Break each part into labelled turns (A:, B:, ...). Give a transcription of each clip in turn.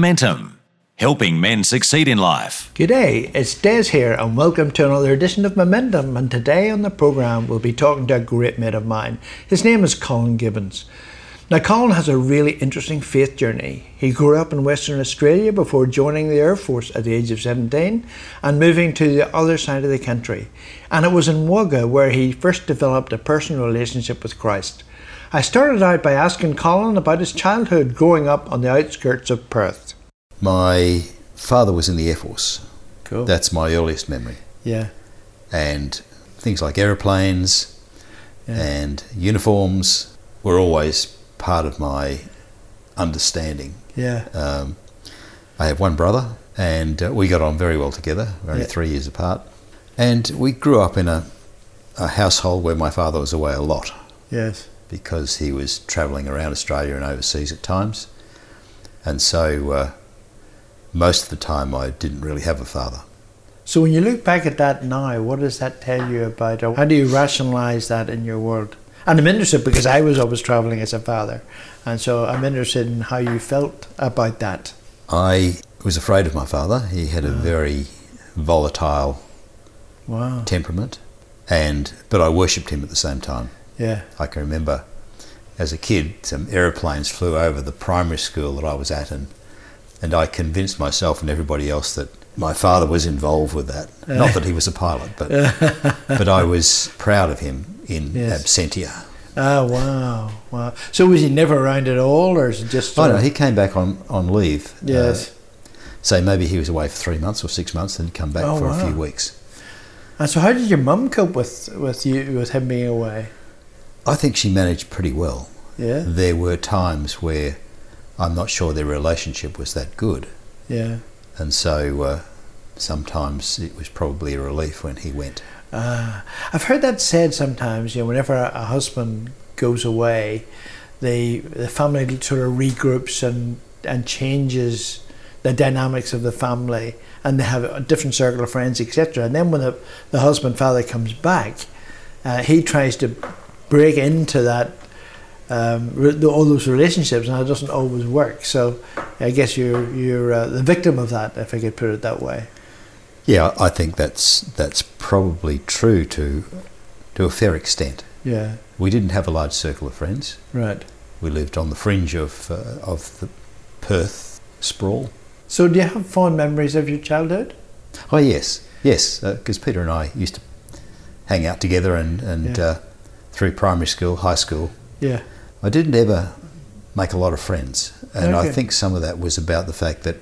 A: Momentum, helping men succeed in life.
B: G'day, it's Des here, and welcome to another edition of Momentum. And today on the program, we'll be talking to a great mate of mine. His name is Colin Gibbons. Now, Colin has a really interesting faith journey. He grew up in Western Australia before joining the Air Force at the age of 17 and moving to the other side of the country. And it was in Wagga where he first developed a personal relationship with Christ. I started out by asking Colin about his childhood growing up on the outskirts of Perth.
C: My father was in the Air Force.
B: Cool.
C: That's my earliest memory.
B: yeah.
C: And things like aeroplanes
B: Yeah.
C: and uniforms were always part of my understanding.
B: Yeah.
C: Um, I have one brother, and uh, we got on very well together. We're only
B: Yeah.
C: three years apart. And we grew up in a, a household where my father was away a lot.
B: Yes.
C: because he was travelling around Australia and overseas at times. And so uh, most of the time I didn't really have a father.
B: So when you look back at that now, what does that tell you about? How do you rationalise that in your world? And I'm interested because I was always travelling as a father, and so I'm interested in how you felt about that.
C: I was afraid of my father. He had a very volatile
B: Wow.
C: temperament, and but I worshipped him at the same time.
B: Yeah.
C: I can remember as a kid some aeroplanes flew over the primary school that I was at, and and I convinced myself and everybody else that my father was involved with that. Not that he was a pilot, but but I was proud of him in
B: Yes.
C: absentia.
B: Oh wow. Wow. So was he never around at all, or is it just?
C: Oh
B: sort
C: no,
B: of-
C: he came back on on leave. uh,
B: Yes.
C: so maybe he was away for three months or six months, and come back
B: Oh,
C: for a few
B: wow.
C: weeks.
B: and so, how did your mum cope with with you with him being away?
C: I think she managed pretty well.
B: Yeah.
C: There were times where I'm not sure their relationship was that good.
B: Yeah.
C: and so uh, sometimes it was probably a relief when he went.
B: Ah, I've heard that said sometimes. You know, whenever a, a husband goes away, the the family sort of regroups and and changes the dynamics of the family, and they have a different circle of friends, etc. And then when the the husband father comes back, uh, he tries to break into that. Um, re- the- all those relationships and it doesn't always work. So, I guess you're you're uh, the victim of that, if I could put it that way.
C: Yeah, I think that's that's probably true to to a fair extent.
B: Yeah.
C: We didn't have a large circle of friends.
B: Right.
C: We lived on the fringe of uh, of the Perth sprawl.
B: So, do you have fond memories of your childhood?
C: Oh yes, yes, because Peter and I used to hang out together and and
B: Yeah.
C: uh, through primary school, high school.
B: Yeah.
C: I didn't ever make a lot of friends, and I
B: Okay.
C: think some of that was about the fact that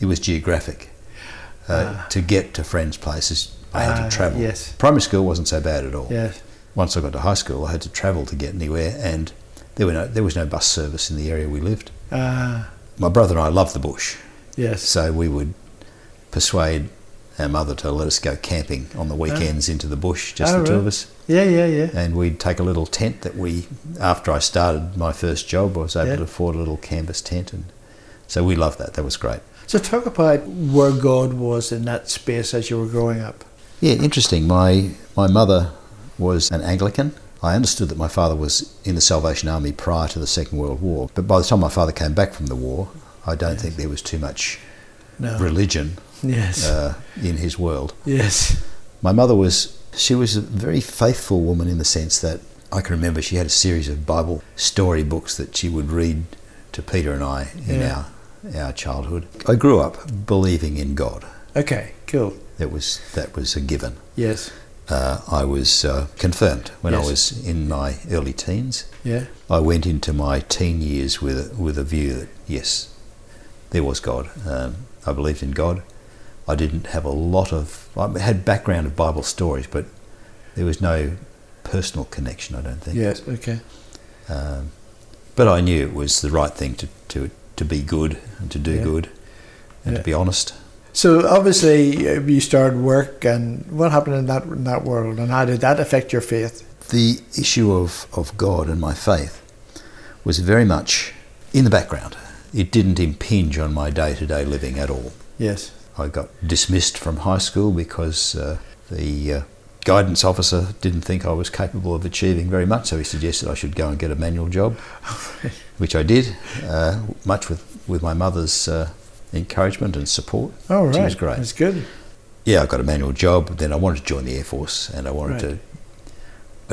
C: it was geographic. Uh, to get to friends' places, I had
B: Ah,
C: to travel.
B: yes.
C: Primary school wasn't so bad at all.
B: Yes.
C: Once I got to high school, I had to travel to get anywhere, and there were no, there was no bus service in the area we lived.
B: Ah.
C: My brother and I loved the bush,
B: yes.
C: so we would persuade our mother to let us go camping on the weekends into the bush, just
B: Oh,
C: the two
B: really?
C: of us
B: Yeah, yeah, yeah.
C: and we'd take a little tent that we after I started my first job I was able
B: Yeah.
C: to afford a little canvas tent and so we loved that that was great
B: So talk about where God was in that space as you were growing up.
C: yeah interesting my my mother was an Anglican I understood that my father was in the Salvation Army prior to the Second World War but by the time my father came back from the war I don't think there was too much
B: No.
C: religion
B: Yes.
C: uh, in his world
B: yes.
C: My mother was she was a very faithful woman in the sense that I can remember she had a series of Bible story books that she would read to Peter and I in
B: Yeah.
C: our our childhood. I grew up believing in God.
B: Okay. Cool.
C: That was that was a given.
B: Yes.
C: Uh, I was uh, confirmed when
B: Yes.
C: I was in my early teens.
B: Yeah.
C: I went into my teen years with with a view that yes, there was God. Um, I believed in God. I didn't have a lot of. I had background of Bible stories, but there was no personal connection. I don't think.
B: Yes. Okay.
C: Um, but I knew it was the right thing to to to be good and to do
B: Yeah.
C: good and
B: Yeah.
C: to be honest.
B: So obviously uh, you started work, and what happened in that in that world, and how did that affect your faith?
C: The issue of of God and my faith was very much in the background. It didn't impinge on my day to day living at all.
B: Yes.
C: I got dismissed from high school because uh, the uh, guidance officer didn't think I was capable of achieving very much, so he suggested I should go and get a manual job, which I did, uh, much with, with my mother's uh, encouragement and support.
B: Oh, right.
C: She was great.
B: That's good.
C: yeah, I got a manual job. Then I wanted to join the air force, and I wanted
B: Right.
C: to.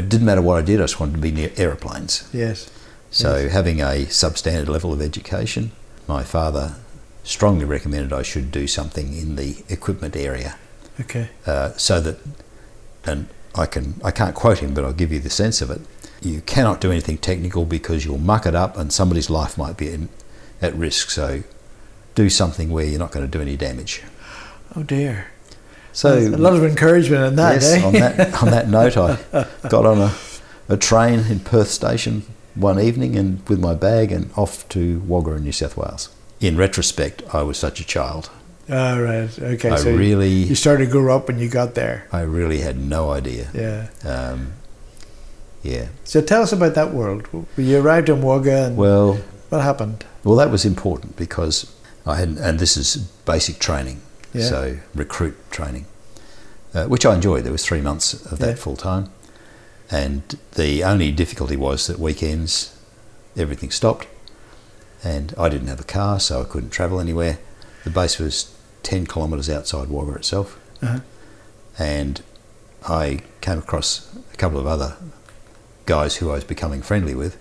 C: It didn't matter what I did. I just wanted to be near aeroplanes.
B: Yes.
C: So having a substandard level of education, my father strongly recommended I should do something in the equipment area,
B: Okay.
C: uh, so that, and I can I can't quote him, but I'll give you the sense of it. You cannot do anything technical because you'll muck it up, and somebody's life might be in, at risk. So, do something where you're not going to do any damage.
B: Oh dear.
C: So
B: a lot of encouragement in that,
C: yes,
B: eh?
C: on that on that note, I got on a, a train in Perth Station one evening and with my bag and off to Wagga in New South Wales. In retrospect, I was such a child.
B: All right. Okay.
C: I
B: so you-
C: really,
B: you started to grow up when you got there.
C: I really had no idea.
B: Yeah.
C: Um, yeah.
B: So tell us about that world. You arrived in Wagga, and
C: Well,
B: what happened?
C: well, that was important because I had, and this is basic training,
B: Yeah.
C: so recruit training, uh, which I enjoyed. There was three months of that
B: Yeah.
C: full time, and the only difficulty was that weekends everything stopped, and I didn't have a car, so I couldn't travel anywhere. The base was ten kilometres outside Wagga itself,
B: Uh-huh.
C: and I came across a couple of other guys who I was becoming friendly with,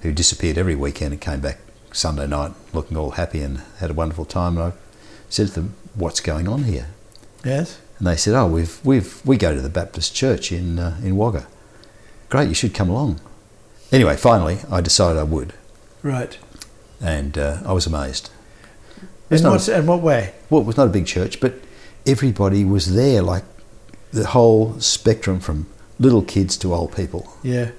C: who disappeared every weekend and came back Sunday night looking all happy and had a wonderful time. And I said to them, "What's going on here?"
B: Yes.
C: And they said, "Oh, we've we've we go to the Baptist Church in uh, in Wagga. Great, you should come along." Anyway, finally, I decided I would,
B: Right.
C: and uh, I was amazed.
B: In
C: It's not-
B: what, in what way?
C: Well, it was not a big church, but everybody was there, like the whole spectrum from little kids to old people,
B: Yeah.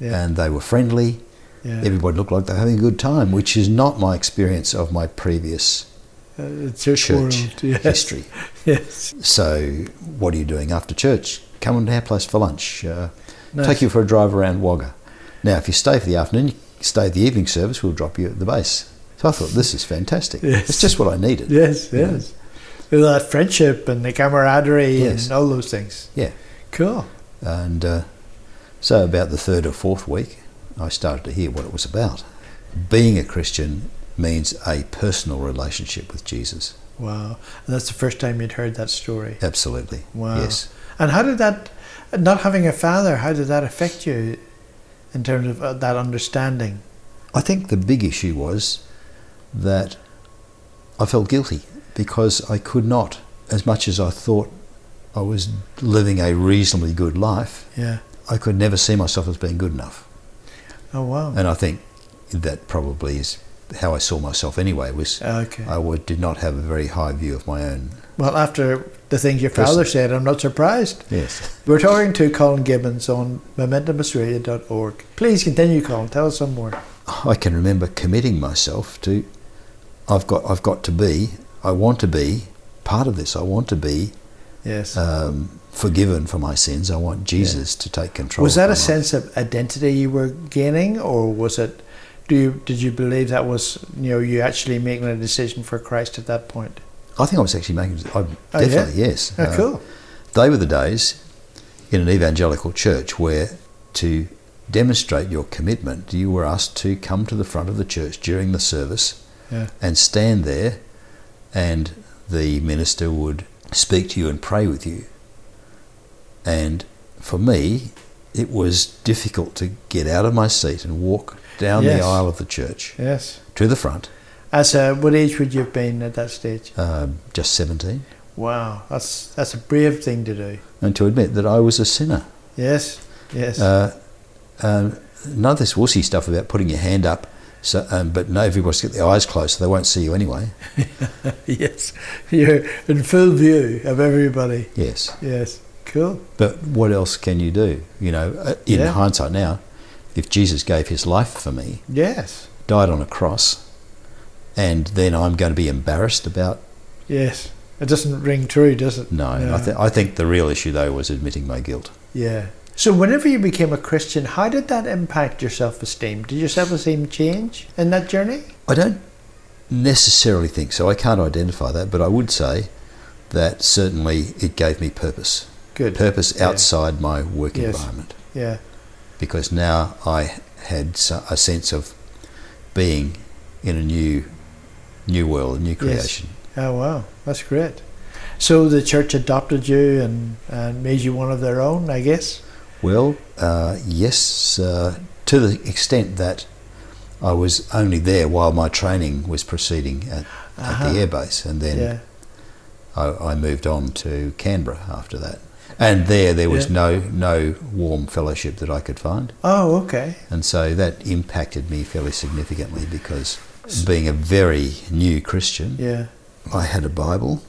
B: Yeah.
C: and they were friendly.
B: Yeah.
C: Everybody looked like they were having a good time, which is not my experience of my previous
B: Uh, it's your
C: church
B: world. Yes.
C: history.
B: Yes.
C: So, what are you doing after church? Come and our place for lunch. Uh,
B: Nice.
C: Take you for a drive around Wagga. Now, if you stay for the afternoon, you stay at the evening service, we'll drop you at the base. So I thought, this is fantastic.
B: Yes.
C: It's just what I needed.
B: Yes. Yes. With That friendship and the camaraderie
C: Yes.
B: and all those things.
C: Yeah.
B: Cool.
C: And uh, so, about the third or fourth week, I started to hear what it was about. Being a Christian means a personal relationship with Jesus.
B: Wow. And that's the first time you'd heard that story.
C: Absolutely.
B: Wow.
C: Yes.
B: And how did that, not having a father, how did that affect you in terms of uh, that understanding?
C: I think the big issue was that I felt guilty because I could not, as much as I thought I was living a reasonably good life,
B: Yeah.
C: I could never see myself as being good enough.
B: Oh, wow.
C: And I think that probably is how I saw myself anyway. Was
B: Okay.
C: I wa- did not have a very high view of my own.
B: Well, after the things your
C: Person-
B: father said, I'm not surprised.
C: Yes.
B: We're talking to Colin Gibbons on MomentumAustralia.org. Please continue, Colin. Tell us some more.
C: I can remember committing myself to I've got I've got to be I want to be part of this. I want to be
B: Yes.
C: um, forgiven for my sins. I want Jesus to take control.
B: was
C: of
B: that
C: my
B: a
C: life.
B: sense of identity you were gaining, or was it? Do you did you believe that was you know you actually making a decision for Christ at that point?
C: I think I was actually making. I
B: Oh, yeah?
C: definitely yes.
B: Oh,
C: Uh,
B: cool.
C: They were the days in an evangelical church where to demonstrate your commitment, you were asked to come to the front of the church during the service
B: Yeah.
C: and stand there, and the minister would speak to you and pray with you. And for me, it was difficult to get out of my seat and walk down
B: Yes.
C: the aisle of the church
B: Yes.
C: to the front
B: As a, what age would you have been at that stage?
C: um, just 17,
B: Wow, that's that's a brave thing to do.
C: and to admit that I was a sinner.
B: Yes. Yes.
C: Uh, um, none of this wussy stuff about putting your hand up, so, um, but no, everybody's got their eyes closed, so they won't see you anyway.
B: yes. You're in full view of everybody.
C: Yes.
B: Yes. Cool.
C: But what else can you do? You know, uh, in
B: Yeah.
C: hindsight now, if Jesus gave his life for me,
B: Yes.
C: died on a cross, and then I'm going to be embarrassed about
B: Yes. It doesn't ring true, does it?
C: no. And I, th- I think the real issue though was admitting my guilt.
B: Yeah. So, whenever you became a Christian, how did that impact your self esteem? Did your self esteem change in that journey?
C: I don't necessarily think so. I can't identify that, but I would say that certainly it gave me purpose.
B: Good.
C: Purpose
B: Yeah.
C: outside my work
B: Yes.
C: environment.
B: Yeah.
C: Because now I had so- a sense of being in a new new world, new creation.
B: Oh, wow. That's great. So the church adopted you and, and made you one of their own, I guess?
C: Well, uh, yes, uh, to the extent that I was only there while my training was proceeding at, at the airbase, and then
B: Uh-huh. Yeah.
C: I, I moved on to Canberra after that. And there, there was
B: Yeah.
C: no no warm fellowship that I could find,
B: Oh, okay.
C: and so that impacted me fairly significantly because being a very new Christian,
B: Yeah.
C: I had a Bible,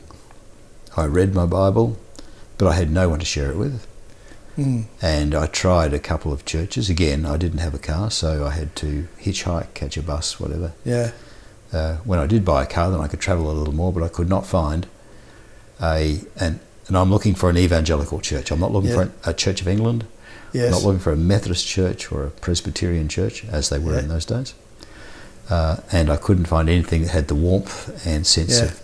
C: I read my Bible, but I had no one to share it with. Hmm.
B: Mm.
C: And I tried a couple of churches. Again, I didn't have a car, so I had to hitchhike, catch a bus, whatever.
B: Yeah.
C: Uh, when I did buy a car, then I could travel a little more, but I could not find a. And, and I'm looking for an evangelical church. I'm not looking
B: Yeah.
C: for a Church of England.
B: Yes.
C: Not looking for a Methodist church or a Presbyterian church, as they were
B: Yeah.
C: in those days. Uh, and I couldn't find anything that had the warmth and sense
B: Yeah.
C: of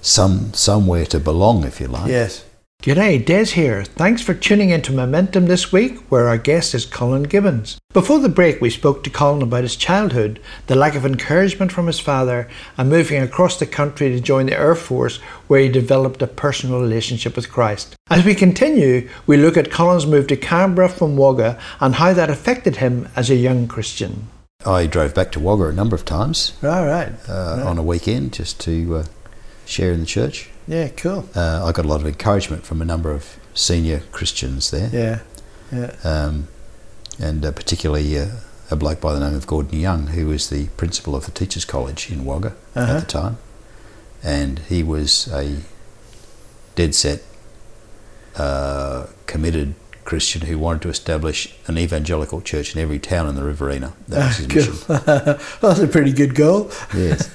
C: some somewhere to belong, if you like.
B: Yes. G'day, Des here. Thanks for tuning into Momentum this week, where our guest is Colin Gibbons. Before the break, we spoke to Colin about his childhood, the lack of encouragement from his father, and moving across the country to join the Air Force, where he developed a personal relationship with Christ. As we continue, we look at Colin's move to Canberra from Wagga and how that affected him as a young Christian.
C: I drove back to Wagga a number of times
B: All right.
C: uh, on a weekend just to uh, share in the church.
B: Yeah, cool.
C: Uh, I got a lot of encouragement from a number of senior Christians there,
B: Yeah. Yeah.
C: um, and uh, particularly uh, a bloke by the name of Gordon Young, who was the principal of the Teachers College in Wagga
B: Uh-huh.
C: at the time, and he was a dead set uh, committed Christian who wanted to establish an evangelical church in every town in the Riverina. That was his mission.
B: That's a pretty good goal.
C: Yes.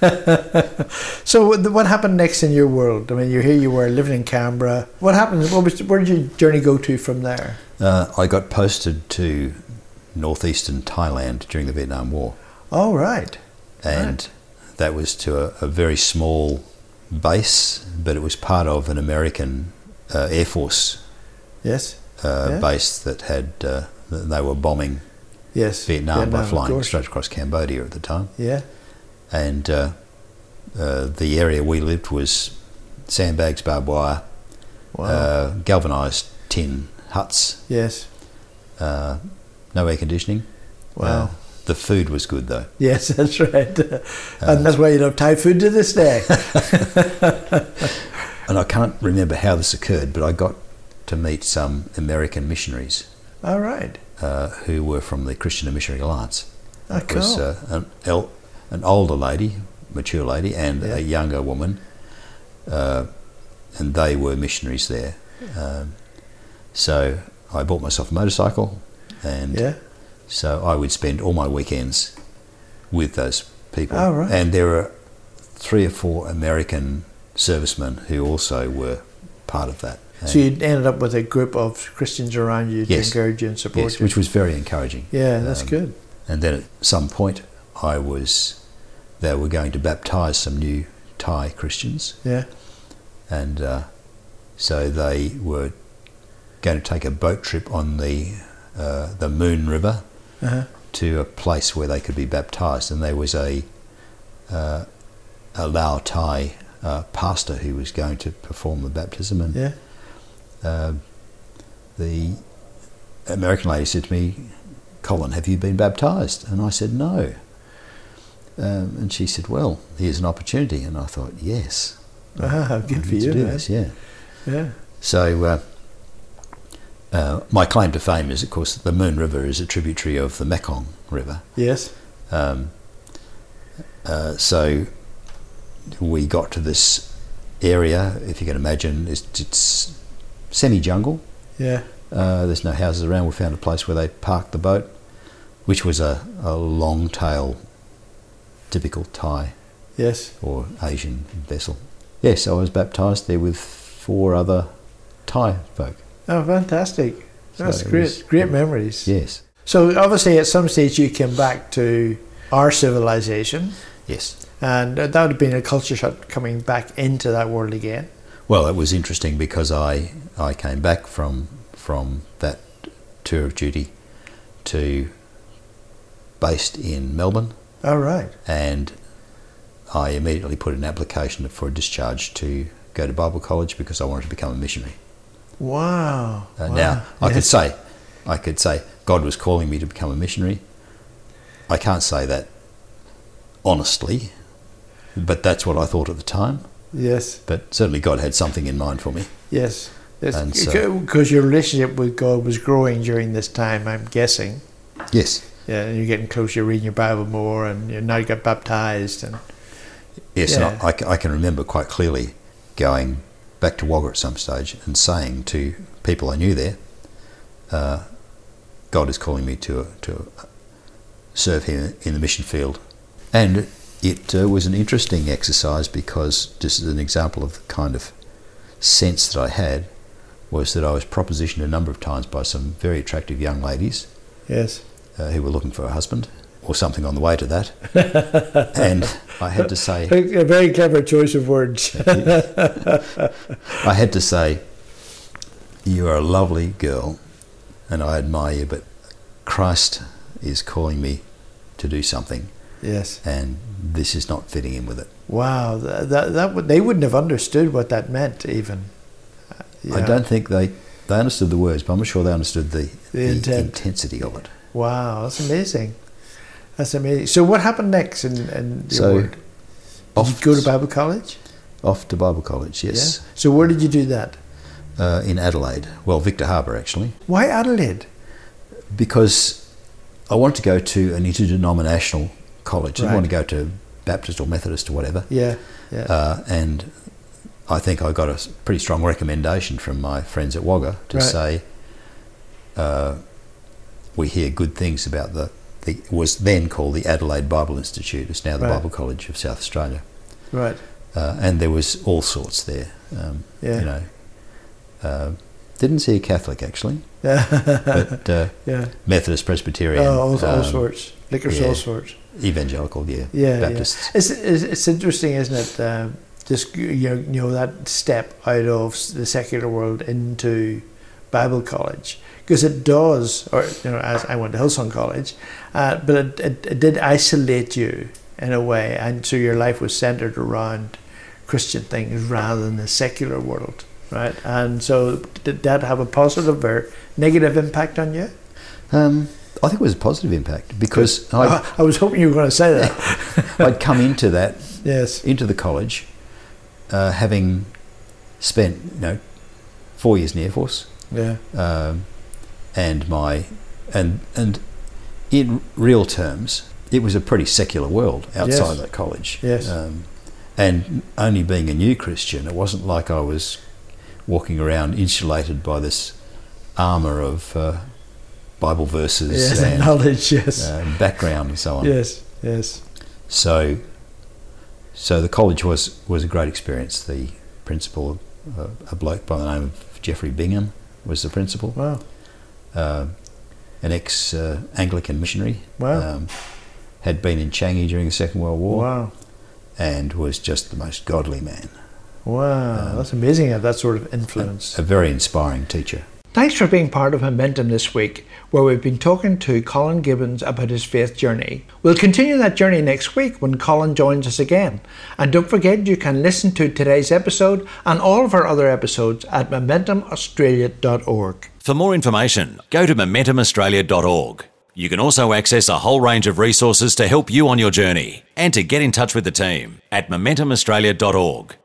B: So what what happened next in your world? I mean, you're here, you were living in Canberra. What happened? What was, where did your journey go to from there?
C: Uh, I got posted to northeastern Thailand during the Vietnam War,
B: All Oh, right.
C: and that was to a, a very small base, but it was part of an American uh, Air Force
B: Yes.
C: uh,
B: Yeah.
C: base that had uh, th- they were bombing
B: Yes.
C: Vietnam, by
B: of
C: flying
B: course.
C: straight across Cambodia at the time,
B: Yeah.
C: and uh, uh, the area we lived was sandbags, barbed wire,
B: Wow.
C: uh, galvanized tin huts,
B: yes.
C: uh, no air conditioning.
B: Wow.
C: Uh, the food was good though.
B: yes, that's right. and that's why you love Thai food to this day.
C: And I can't remember how this occurred, but I got to meet some American missionaries
B: All right.
C: uh, who were from the Christian and Missionary Alliance.
B: Oh,
C: It was
B: cool.
C: uh, an, el- an older lady, mature lady, and
B: Yeah.
C: a younger woman, uh, and they were missionaries there. Um, so I bought myself a motorcycle, and
B: yeah.
C: so I would spend all my weekends with those people.
B: Oh, right.
C: And there were three or four American servicemen who also were part of that.
B: So you ended up with a group of Christians around you
C: Yes.
B: to encourage you and support
C: yes,
B: you.
C: which was very encouraging.
B: yeah, that's
C: um,
B: good.
C: And then at some point, I was they were going to baptise some new Thai Christians,
B: Yeah.
C: and uh, so they were going to take a boat trip on the uh, the Moon River
B: Uh-huh.
C: to a place where they could be baptized. And there was a, uh, a Lao Thai uh, pastor who was going to perform the baptism. And
B: Yeah.
C: uh, the American lady said to me, Colin, have you been baptized? And I said, no. Um, and she said, well, here's an opportunity. And I thought, yes.
B: Ah,
C: I
B: good for
C: uh, need to
B: you.
C: do
B: man.
C: this, yeah.
B: Yeah.
C: So, uh, uh, my claim to fame is, of course, the Moon River is a tributary of the Mekong River.
B: Yes.
C: Um, uh, so we got to this area, if you can imagine, it's, it's semi jungle.
B: Yeah.
C: Uh, there's no houses around. We found a place where they parked the boat, which was a, a long tail, typical Thai
B: Yes.
C: or Asian vessel. Yes, I was baptised there with four other Thai folk.
B: Oh, fantastic.
C: So
B: That's
C: it
B: great.
C: was-
B: great memories.
C: Yes,
B: So, obviously, at some stage, you came back to our civilization,
C: yes.
B: and that would have been a culture shock coming back into that world again.
C: Well, it was interesting because I I came back from from that tour of duty to based in Melbourne,
B: All right.
C: and I immediately put an application for a discharge to go to Bible college because I wanted to become a missionary.
B: Wow.
C: Uh,
B: wow.
C: Now I
B: Yeah.
C: could say, I could say God was calling me to become a missionary. I can't say that honestly, but that's what I thought at the time.
B: Yes.
C: But certainly God had something in mind for me.
B: Yes.
C: And
B: Yes.
C: so-
B: Because your relationship with God was growing during this time, I'm guessing.
C: Yes,
B: Yeah, and you're getting closer, you're reading your Bible more, and you now you got baptized. And
C: yes. And
B: Yeah.
C: I- I, ca- I can remember quite clearly going back to Wagga at some stage and saying to people I knew there, uh, God is calling me to to serve Him in the mission field, and it uh, was an interesting exercise because just as an example of the kind of sense that I had was that I was propositioned a number of times by some very attractive young ladies
B: yes,
C: uh, who were looking for a husband or something on the way to that. and I had to say,
B: a a very clever choice of words.
C: I had to say, you are a lovely girl and I admire you, but Christ is calling me to do something
B: yes.
C: and this is not fitting in with it.
B: Wow. That that, that would, they wouldn't have understood what that meant even. Uh,
C: I
B: yeah.
C: don't think they, they understood the words, but I'm sure they understood the, the,
B: intent.
C: intensity of it.
B: Wow, that's amazing. That's amazing. So what happened next? In, in your
C: So,
B: work? Did you
C: Off,
B: go to Bible college?
C: off to Bible college, yes,
B: Yeah. So where did you do that?
C: uh, in Adelaide. Well, Victor Harbour, actually.
B: Why Adelaide?
C: because I wanted to go to an interdenominational college. I didn't want to go to Baptist or Methodist or whatever.
B: Yeah, yeah.
C: Uh, and I think I got a s- pretty strong recommendation from my friends at Wagga to
B: Right.
C: say, uh, we hear good things about the, the it was then called the Adelaide Bible Institute. It's now the
B: Right.
C: Bible College of South Australia.
B: right.
C: Uh, and there was all sorts there. Um,
B: Yeah.
C: You know, uh, didn't see a Catholic actually,
B: yeah.
C: but uh, Methodist, Presbyterian,
B: Oh, all, all
C: um,
B: sorts. Liquors,
C: yeah.
B: all sorts.
C: evangelical, yeah,
B: Yeah,
C: Baptists.
B: yeah. It's, it's, it's interesting, isn't it? Um, just you know, you know that step out of s- the secular world into Bible college because it does, or you know, as I went to Hillsong College, uh, but it, it, it did isolate you in a way, and so your life was centered around Christian things rather than the secular world, right? And so did that have a positive or negative impact on you?
C: Um, I think it was a positive impact because I'd,
B: I, I was hoping you were going to say that.
C: I'd come into that
B: yes.
C: into the college, uh, having spent you know four years in the air force,
B: Yeah.
C: um, and my and and in real terms, it was a pretty secular world outside
B: Yes.
C: that college.
B: Yes.
C: Um, and only being a new Christian, it wasn't like I was walking around insulated by this armor of uh, Bible verses
B: Yes.
C: and
B: knowledge. Yes.
C: uh, background and so on.
B: Yes, yes,
C: So, so the college was was a great experience. The principal, uh, a bloke by the name of Jeffrey Bingham, was the principal,
B: wow,
C: uh, an ex uh, Anglican missionary.
B: Wow.
C: Um, had been in Changi during the Second World War
B: wow,
C: and was just the most godly man.
B: wow. That's amazing. how That sort of influence.
C: A very inspiring teacher.
B: Thanks for being part of Momentum this week, where we've been talking to Colin Gibbons about his faith journey. We'll continue that journey next week when Colin joins us again. And don't forget, you can listen to today's episode and all of our other episodes at momentumaustralia.org.
A: For more information, go to MomentumAustralia.org. You can also access a whole range of resources to help you on your journey and to get in touch with the team at MomentumAustralia.org.